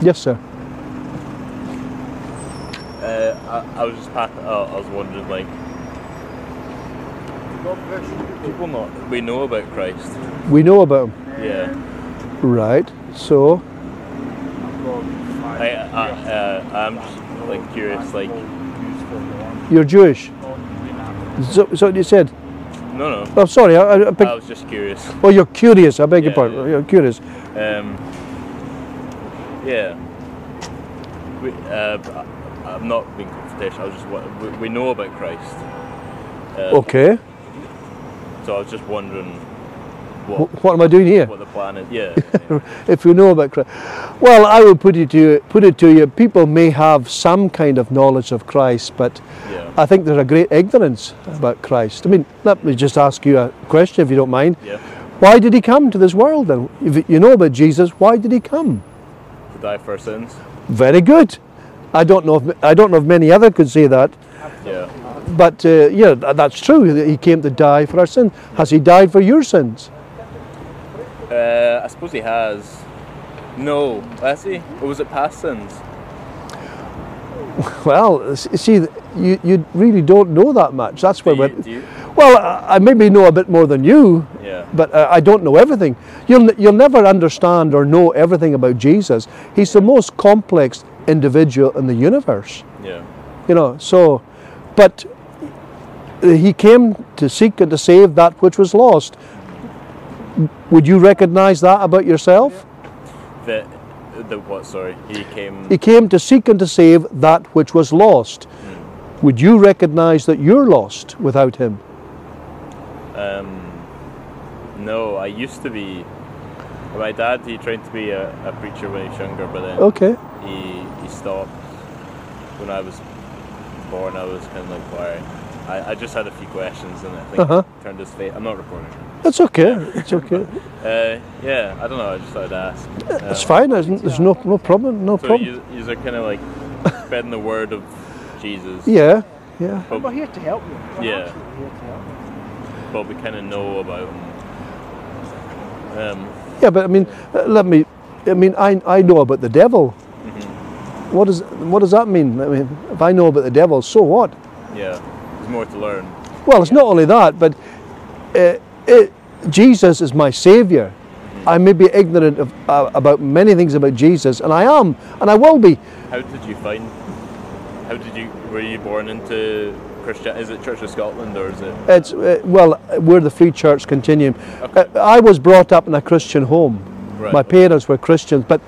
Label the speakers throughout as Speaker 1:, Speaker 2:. Speaker 1: Yes, sir.
Speaker 2: Uh, I, I was just pass- I, I was wondering, like, people not we know about Christ.
Speaker 1: We know about him.
Speaker 2: Yeah,
Speaker 1: Right. So,
Speaker 2: I, I, uh, I'm just like curious, like,
Speaker 1: you're Jewish. Is that is that what you said?
Speaker 2: no, no.
Speaker 1: Oh, sorry. I, I, I picked,
Speaker 2: I was just curious.
Speaker 1: oh, you're curious. I beg your
Speaker 2: Uh, Yeah,
Speaker 1: pardon.
Speaker 2: yeah.
Speaker 1: You're curious.
Speaker 2: Um, yeah. We, uh, I, I'm not being confrontational. I was just wa- we, we know about Christ. Uh,
Speaker 1: Okay.
Speaker 2: So I was just wondering what
Speaker 1: Wh- What am I doing here?
Speaker 2: oh. what the plan is. Yeah.
Speaker 1: if you know about Christ. Well, I would put it to you, put it to you. People may have some kind of knowledge of Christ, but
Speaker 2: Yeah.
Speaker 1: I think there's a great ignorance about Christ. I mean, let me just ask you a question, if you don't mind.
Speaker 2: yeah.
Speaker 1: Why did he come to this world? Then, if you know about Jesus, why did he come?
Speaker 2: To die for our sins.
Speaker 1: Very good. I don't know. If, I don't know if many other could say that,
Speaker 2: Yeah.
Speaker 1: but uh, yeah, tha- that's true. that He came to die for our sins. Has he died for your sins?
Speaker 2: Uh, I suppose he has. No, has he? Or was it past sins?
Speaker 1: Well, s- see, you, you really don't know that much. That's why
Speaker 2: Do you,
Speaker 1: we're.
Speaker 2: do you-
Speaker 1: Well, I I maybe know a bit more than you,
Speaker 2: Yeah.
Speaker 1: but uh, I don't know everything. You'll, n- you'll never understand or know everything about Jesus. He's the most complex individual in the universe,
Speaker 2: Yeah.
Speaker 1: you know. So, but he came to seek and to save that which was lost. Would you recognize that about yourself?
Speaker 2: The, the what? Sorry, he came.
Speaker 1: He came to seek and to save that which was lost. Would you recognize that you're lost without him?
Speaker 2: Um, no, I used to be. My dad, he trained to be a, a preacher when he was younger, but then
Speaker 1: Okay.
Speaker 2: he he stopped when I was born. I was kind of like, why? I, I just had a few questions, and I think
Speaker 1: Uh-huh.
Speaker 2: turned his face. I'm not recording.
Speaker 1: That's okay. It's okay.
Speaker 2: Uh, yeah, I don't know. I just thought I'd ask.
Speaker 1: It's
Speaker 2: Um,
Speaker 1: fine. There's, there's no no problem. No
Speaker 2: So
Speaker 1: problem.
Speaker 2: you yous are kind of like spreading the word of Jesus.
Speaker 1: Yeah, yeah.
Speaker 2: But,
Speaker 3: We're here to help you. We're
Speaker 2: Yeah.
Speaker 3: absolutely here to help you.
Speaker 2: but we kind of know about him. Um,
Speaker 1: Yeah, but I mean, uh, let me. I mean, I, I know about the devil. What does what does that mean? I mean, if I know about the devil, so what?
Speaker 2: yeah, there's more to learn.
Speaker 1: Well, it's not only that, but uh, it, Jesus is my savior. I may be ignorant of, uh, about many things about Jesus, and I am, and I will be.
Speaker 2: How did you find? How did you? Were you born into Christian? Is it Church of Scotland or is it?
Speaker 1: It's uh, well, we're the Free Church Continuum.
Speaker 2: Okay.
Speaker 1: Uh, I was brought up in a Christian home.
Speaker 2: Right,
Speaker 1: My
Speaker 2: okay.
Speaker 1: parents were Christians, but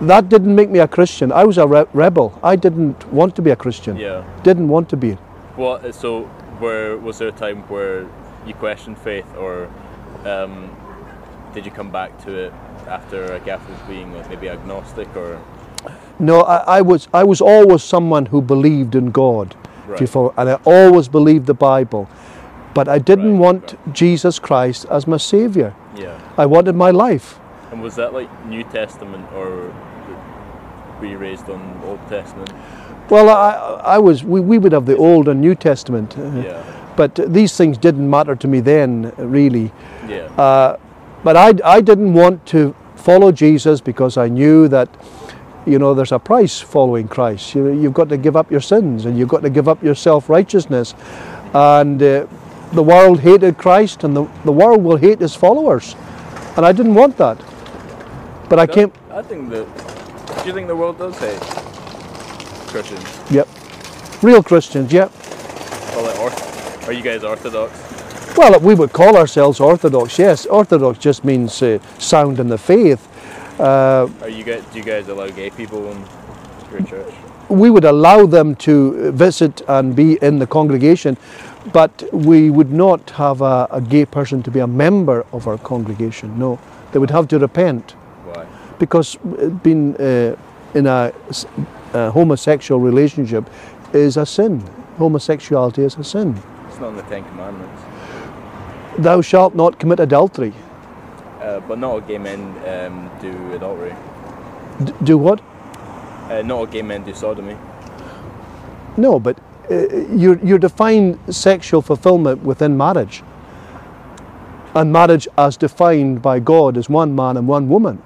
Speaker 1: that didn't make me a Christian. I was a re- rebel. I didn't want to be a Christian.
Speaker 2: Yeah.
Speaker 1: Didn't want to be.
Speaker 2: Well, so where was there a time where you questioned faith, or um, did you come back to it after I guess was being like maybe agnostic or?
Speaker 1: No, I, I was I was always someone who believed in God, if you
Speaker 2: Right.
Speaker 1: follow, and I always believed the Bible, but I didn't
Speaker 2: Right,
Speaker 1: want Jesus Christ as my savior.
Speaker 2: Yeah.
Speaker 1: I wanted my life.
Speaker 2: And was that like New Testament or were you raised on Old Testament?
Speaker 1: Well, I, I was we, we would have the Old and New Testament, uh,
Speaker 2: Yeah.
Speaker 1: but these things didn't matter to me then, really.
Speaker 2: Yeah.
Speaker 1: Uh, but I, I didn't want to follow Jesus because I knew that, you know, there's a price following Christ. You, you've got to give up your sins and you've got to give up your self righteousness. And uh, the world hated Christ and the, the world will hate his followers. And I didn't want that. But I came.
Speaker 2: I think that. Do you think the world does hate Christians?
Speaker 1: Yep. Real Christians, yep.
Speaker 2: Or like orth- are you guys Orthodox?
Speaker 1: Well, we would call ourselves Orthodox, yes. Orthodox just means uh, sound in the faith. Uh,
Speaker 2: Are you guys? Do you guys allow gay people in your church?
Speaker 1: we would allow them to visit and be in the congregation, but we would not have a, a gay person to be a member of our congregation. No, they would have to repent
Speaker 2: Why?
Speaker 1: because uh, being uh, in a, s- a homosexual relationship is a sin. Homosexuality is a sin.
Speaker 2: It's not in the Ten Commandments.
Speaker 1: Thou shalt not commit adultery.
Speaker 2: Uh, but not all gay men um, do adultery.
Speaker 1: D- do what?
Speaker 2: Uh, not all gay men do sodomy.
Speaker 1: No, but uh, you're, you're defined sexual fulfillment within marriage. And marriage, as defined by God, is one man and one woman.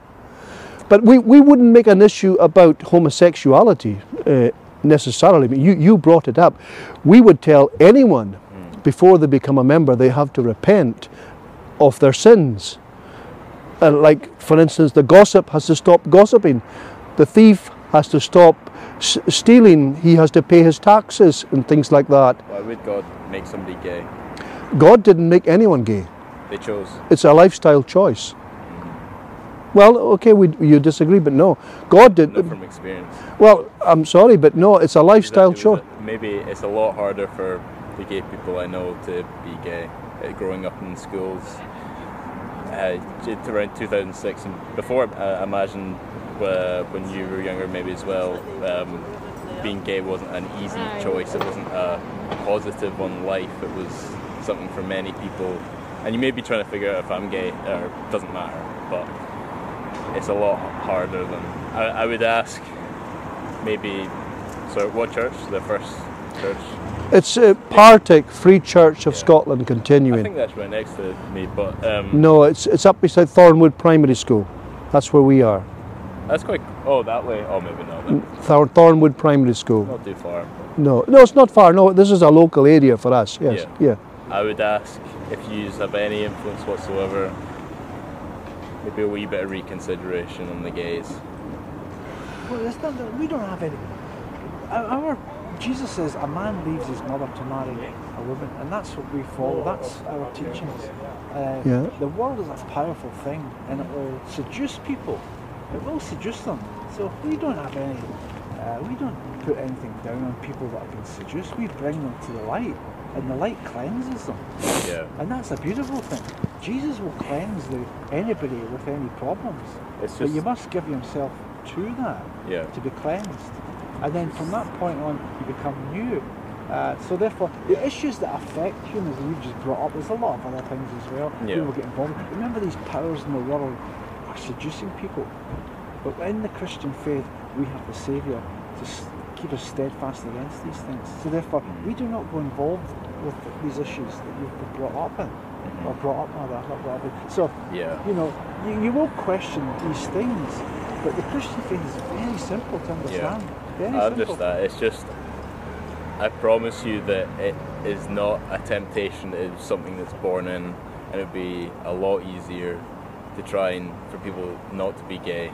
Speaker 1: But we, we wouldn't make an issue about homosexuality uh, necessarily. I mean, you, you brought it up. We would tell anyone before they become a member they have to repent of their sins. And like, for instance, the gossip has to stop gossiping, the thief has to stop s- stealing, he has to pay his taxes, and things like that.
Speaker 2: Why would God make somebody gay?
Speaker 1: God didn't make anyone gay.
Speaker 2: They chose.
Speaker 1: It's a lifestyle choice. Well, okay, we, you disagree, but no, God did.
Speaker 2: Not from experience.
Speaker 1: Well, I'm sorry, but no, it's a lifestyle
Speaker 2: It was
Speaker 1: choice.
Speaker 2: a- Maybe it's a lot harder for the gay people I know to be gay. Uh, growing up in schools, uh, it's around 2006 and before, I imagine uh, when you were younger, maybe as well, um, being gay wasn't an easy choice. It wasn't a positive on life. It was something for many people, and you may be trying to figure out if I'm gay or it doesn't matter, but it's a lot harder than I, I would ask maybe so what church the first church
Speaker 1: It's uh, Partick Free Church of
Speaker 2: Yeah.
Speaker 1: Scotland
Speaker 2: I
Speaker 1: continuing.
Speaker 2: think that's right next to me but um,
Speaker 1: No, it's it's up beside Thornwood Primary School. That's where we are.
Speaker 2: that's quite oh that way oh maybe not then.
Speaker 1: Thor- Thornwood Primary School.
Speaker 2: not too far
Speaker 1: No, no, it's not far. No, this is a local area for us. Yes, yeah.
Speaker 2: I would ask if you have any influence whatsoever maybe a wee bit of reconsideration on the gays
Speaker 3: Well, that's not that we don't have any. Our our- Jesus says a man leaves his mother to marry a woman, and that's what we follow. That's our teachings. Uh,
Speaker 1: Yeah.
Speaker 3: The world is a powerful thing, and it will seduce people. It will seduce them. So we don't have any. Uh, we don't put anything down on people that have been seduced. We bring them to the light, and the light cleanses them.
Speaker 2: yeah
Speaker 3: And that's a beautiful thing. Jesus will cleanse the, anybody with any problems.
Speaker 2: It's
Speaker 3: but you
Speaker 2: just-
Speaker 3: must give yourself to that
Speaker 2: Yeah.
Speaker 3: to be cleansed. And then from that point on, you become new. Uh, so therefore, the issues that affect humans, you've just brought up, there's a lot of other things as well.
Speaker 2: Yeah.
Speaker 3: People get involved. Remember these powers in the world are seducing people. But in the Christian faith, we have the Saviour to s- keep us steadfast against these things. So therefore, we do not go involved with these issues that you've been brought up in, or brought up rather, not brought up in. So,
Speaker 2: Mm-hmm. Yeah.
Speaker 3: you know, you, you will question these things, but the Christian faith is very simple to understand. Very
Speaker 2: I
Speaker 3: simple.
Speaker 2: understand. It's just, I promise you that it is not a temptation. It is something that's born in, and it'd be a lot easier to try and for people not to be gay,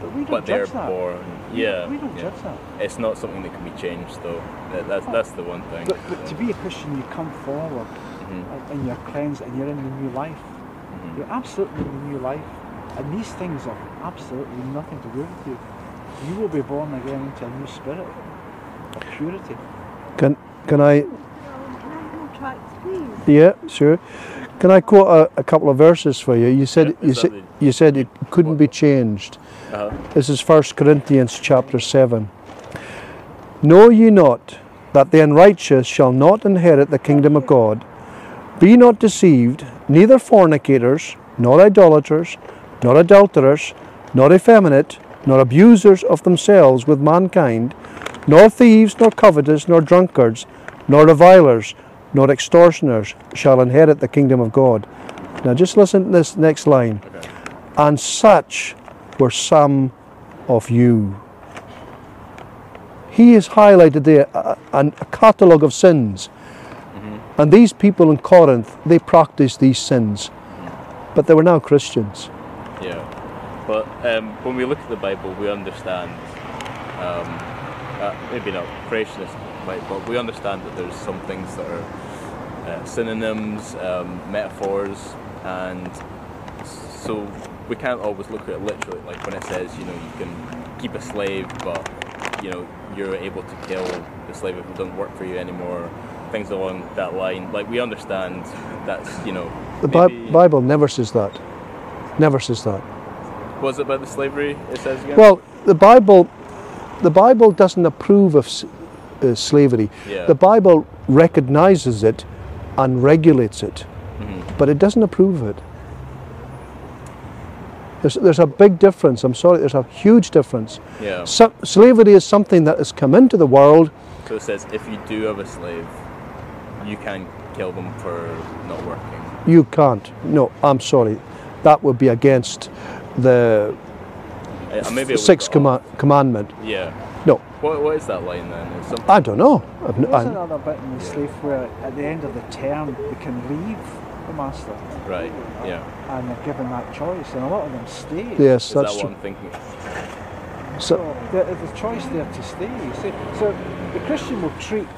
Speaker 3: But we don't
Speaker 2: but they're
Speaker 3: judge that.
Speaker 2: born.
Speaker 3: We
Speaker 2: Yeah,
Speaker 3: don't- we don't
Speaker 2: yeah.
Speaker 3: judge that.
Speaker 2: It's not something that can be changed, though. That, that's that's the one thing. Mm-hmm.
Speaker 3: But, but to be a Christian, you come forward and, and you're cleansed and you're in the new life. You're absolutely in the new life. And these things have absolutely nothing to do with you. You will be born again into a new spirit of purity.
Speaker 1: Can can I?
Speaker 4: Can Um, I have tracks, please?
Speaker 1: Yeah, sure. Can I quote a, a couple of verses for you? You said
Speaker 2: Yeah,
Speaker 1: you
Speaker 2: is
Speaker 1: said
Speaker 2: that the-
Speaker 1: you said it couldn't be changed.
Speaker 2: Uh-huh.
Speaker 1: This is 1 Corinthians chapter 7. Know ye not that the unrighteous shall not inherit the kingdom of God? Be not deceived, neither fornicators, nor idolaters, nor adulterers, nor effeminate, nor abusers of themselves with mankind, nor thieves, nor covetous, nor drunkards, nor revilers, nor extortioners shall inherit the kingdom of God. Now just listen to this next line. And such were some of you. He has highlighted there a, a, a catalogue of sins. And these people in Corinth, they practiced these sins. But they were now Christians.
Speaker 2: Yeah, but um, when we look at the Bible, we understand, um, uh, maybe not creationist, quite, but we understand that there's some things that are uh, synonyms, um, metaphors, and so we can't always look at it literally. Like when it says, you know, you can keep a slave, but you know, you're able to kill the slave if it doesn't work for you anymore. Things along that line. Like we understand that's, you know,
Speaker 1: The Bi-
Speaker 2: maybe-
Speaker 1: Bible never says that. Never says that.
Speaker 2: was it about the slavery? It says again.
Speaker 1: Well, the Bible, the Bible doesn't approve of s- uh, slavery.
Speaker 2: Yeah.
Speaker 1: The Bible recognizes it and regulates it,
Speaker 2: Mm-hmm.
Speaker 1: but it doesn't approve of it. There's, there's a big difference. I'm sorry, there's a huge difference.
Speaker 2: yeah.
Speaker 1: So, slavery is something that has come into the world.
Speaker 2: So it says if you do have a slave, you can kill them for not working.
Speaker 1: You can't. No, I'm sorry. That would be against the
Speaker 2: Uh, maybe I
Speaker 1: the sixth
Speaker 2: looked it
Speaker 1: comma-
Speaker 2: up.
Speaker 1: commandment.
Speaker 2: Yeah.
Speaker 1: No,
Speaker 2: What, what is that line then? It's some-
Speaker 1: I don't know. I've, n-
Speaker 3: There's
Speaker 1: I,
Speaker 3: another bit in the slave where at the end of the term they can leave the master
Speaker 2: right. Yeah.
Speaker 3: and they're given that choice and a lot of them stay.
Speaker 1: yes, that's
Speaker 2: Is that what
Speaker 1: true.
Speaker 2: I'm thinking?
Speaker 1: So,
Speaker 3: So there- there's a choice there to stay. You see. So the Christian will treat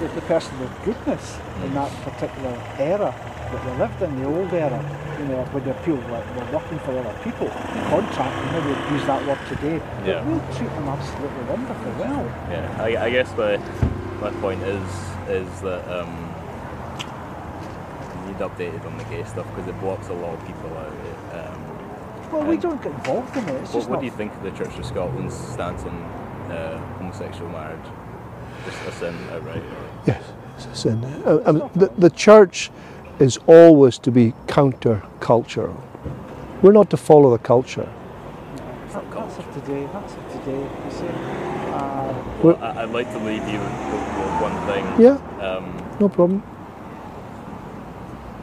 Speaker 3: the, the person with goodness in that particular era that they lived in, the old era, you know, when they feel like they're working for other people, contract, you know, we'd use that word today.
Speaker 2: Yeah.
Speaker 3: But we'll treat them absolutely wonderfully well.
Speaker 2: Yeah. I, I guess my my point is is that um, you need updated on the gay stuff because it blocks a lot of people out. It, Um,
Speaker 3: Well, we
Speaker 2: And-
Speaker 3: don't get involved in it. It's
Speaker 2: what,
Speaker 3: just
Speaker 2: what
Speaker 3: not
Speaker 2: do you think of the Church of Scotland's stance on uh, homosexual marriage? Just a sin outright. or-
Speaker 1: yes, it's in- uh, um, the, the church is always to be counter-cultural. We're not to follow the culture.
Speaker 3: That- That's of today. That's of today. You see, uh,
Speaker 2: Well, I- I'd like to leave you with, with one thing.
Speaker 1: Yeah,
Speaker 2: Um,
Speaker 1: no problem.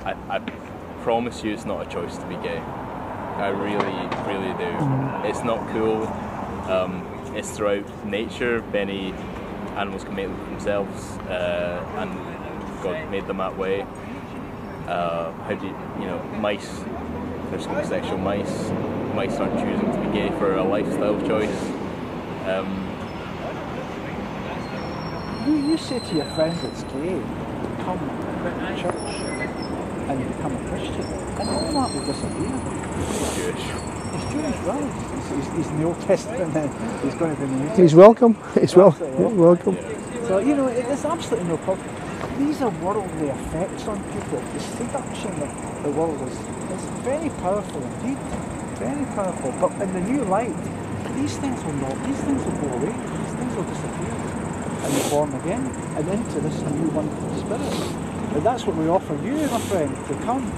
Speaker 2: I, I promise you it's not a choice to be gay. I really, really do.
Speaker 3: Mm.
Speaker 2: It's not cool. Um, it's throughout nature. Many animals can make them themselves, uh, and God made them that way. Uh, how do you, you know, mice? There's homosexual mice. Mice aren't choosing to be gay for a lifestyle choice. Um,
Speaker 3: you, you say to your friend that's gay, come to church and you become a Christian, and all that will disappear.
Speaker 2: Jewish.
Speaker 3: He's Jewish, right? He's, he's, he's in the Old Testament. Then he's going to be in the New
Speaker 1: He's
Speaker 3: Testament.
Speaker 1: welcome. He's wel- welcome.
Speaker 3: So you know, it, it's absolutely no problem. These are worldly effects on people. The seduction of the world is, is very powerful indeed. Very powerful. But in the new light, these things will not, these things will go away. These things will disappear. And you're born again and into this new wonderful spirit. And that's what we offer you, my friend, to come.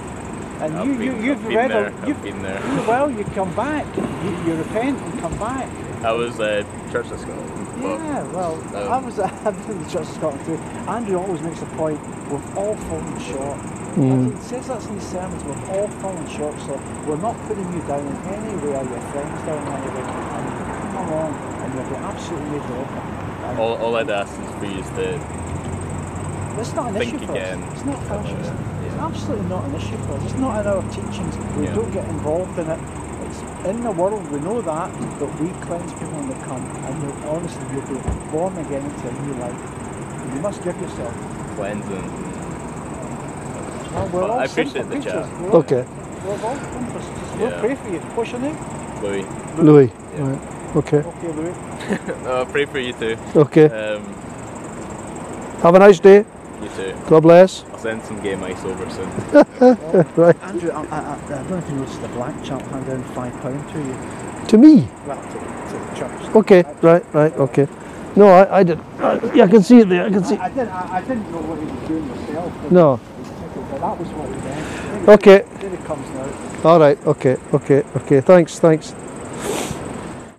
Speaker 3: And
Speaker 2: I've
Speaker 3: you,
Speaker 2: been-
Speaker 3: you, you've
Speaker 2: I've been
Speaker 3: read, a-
Speaker 2: there, I've
Speaker 3: you've
Speaker 2: been there.
Speaker 3: you- Well, you come back. You, you repent and come back.
Speaker 2: I was uh, Church of Scotland. but-
Speaker 3: Yeah, well,
Speaker 2: um,
Speaker 3: I was I've been to Church of Scotland too. Andrew always makes a point, we've all fallen short. And He says that in his sermons, we've all fallen short, so we're not putting you down in any way or your friends down in any way. And come on, and you'll be absolutely made welcome.
Speaker 2: All, all I'd ask is for you is to
Speaker 3: And It's not an
Speaker 2: think
Speaker 3: issue for
Speaker 2: again.
Speaker 3: us. It's not fascist.
Speaker 2: Yeah.
Speaker 3: It's absolutely not an issue for us. It's not in our teachings. We
Speaker 2: Yeah.
Speaker 3: don't get involved in it. It's in the world, we know that, but we cleanse people when they come. And you'll, honestly, you'll be born again into a new life. You must give yourself.
Speaker 2: cleanse and
Speaker 3: Well, we're
Speaker 2: Well,
Speaker 3: all
Speaker 2: I appreciate
Speaker 3: sinful
Speaker 2: the chat.
Speaker 3: creatures. We're all-
Speaker 1: Okay,
Speaker 3: We're all sinful. Just- We'll
Speaker 2: Yeah.
Speaker 3: pray for you. What's your name?
Speaker 2: Louis.
Speaker 1: Louis.
Speaker 2: Yeah.
Speaker 1: Right. Okay.
Speaker 3: Okay, Louis.
Speaker 2: Uh, pray for you too.
Speaker 1: Okay.
Speaker 2: Um,
Speaker 1: Have a nice day.
Speaker 2: you too.
Speaker 1: God bless.
Speaker 2: I'll send some game ice over soon.
Speaker 1: Right.
Speaker 3: Andrew, I, I, I don't know if you noticed the black chap handed in five pound to you.
Speaker 1: To me.
Speaker 3: Well, to, to the church.
Speaker 1: Okay. Right. Right. Okay. No, I, I did. I, yeah, I can see it there. I can see.
Speaker 3: I, I didn't. I, I didn't know what he was doing myself. but
Speaker 1: No.
Speaker 3: he took it, But that was what he meant.
Speaker 1: Okay.
Speaker 3: Here he comes now.
Speaker 1: All right. Okay. Okay. Okay. Thanks. Thanks.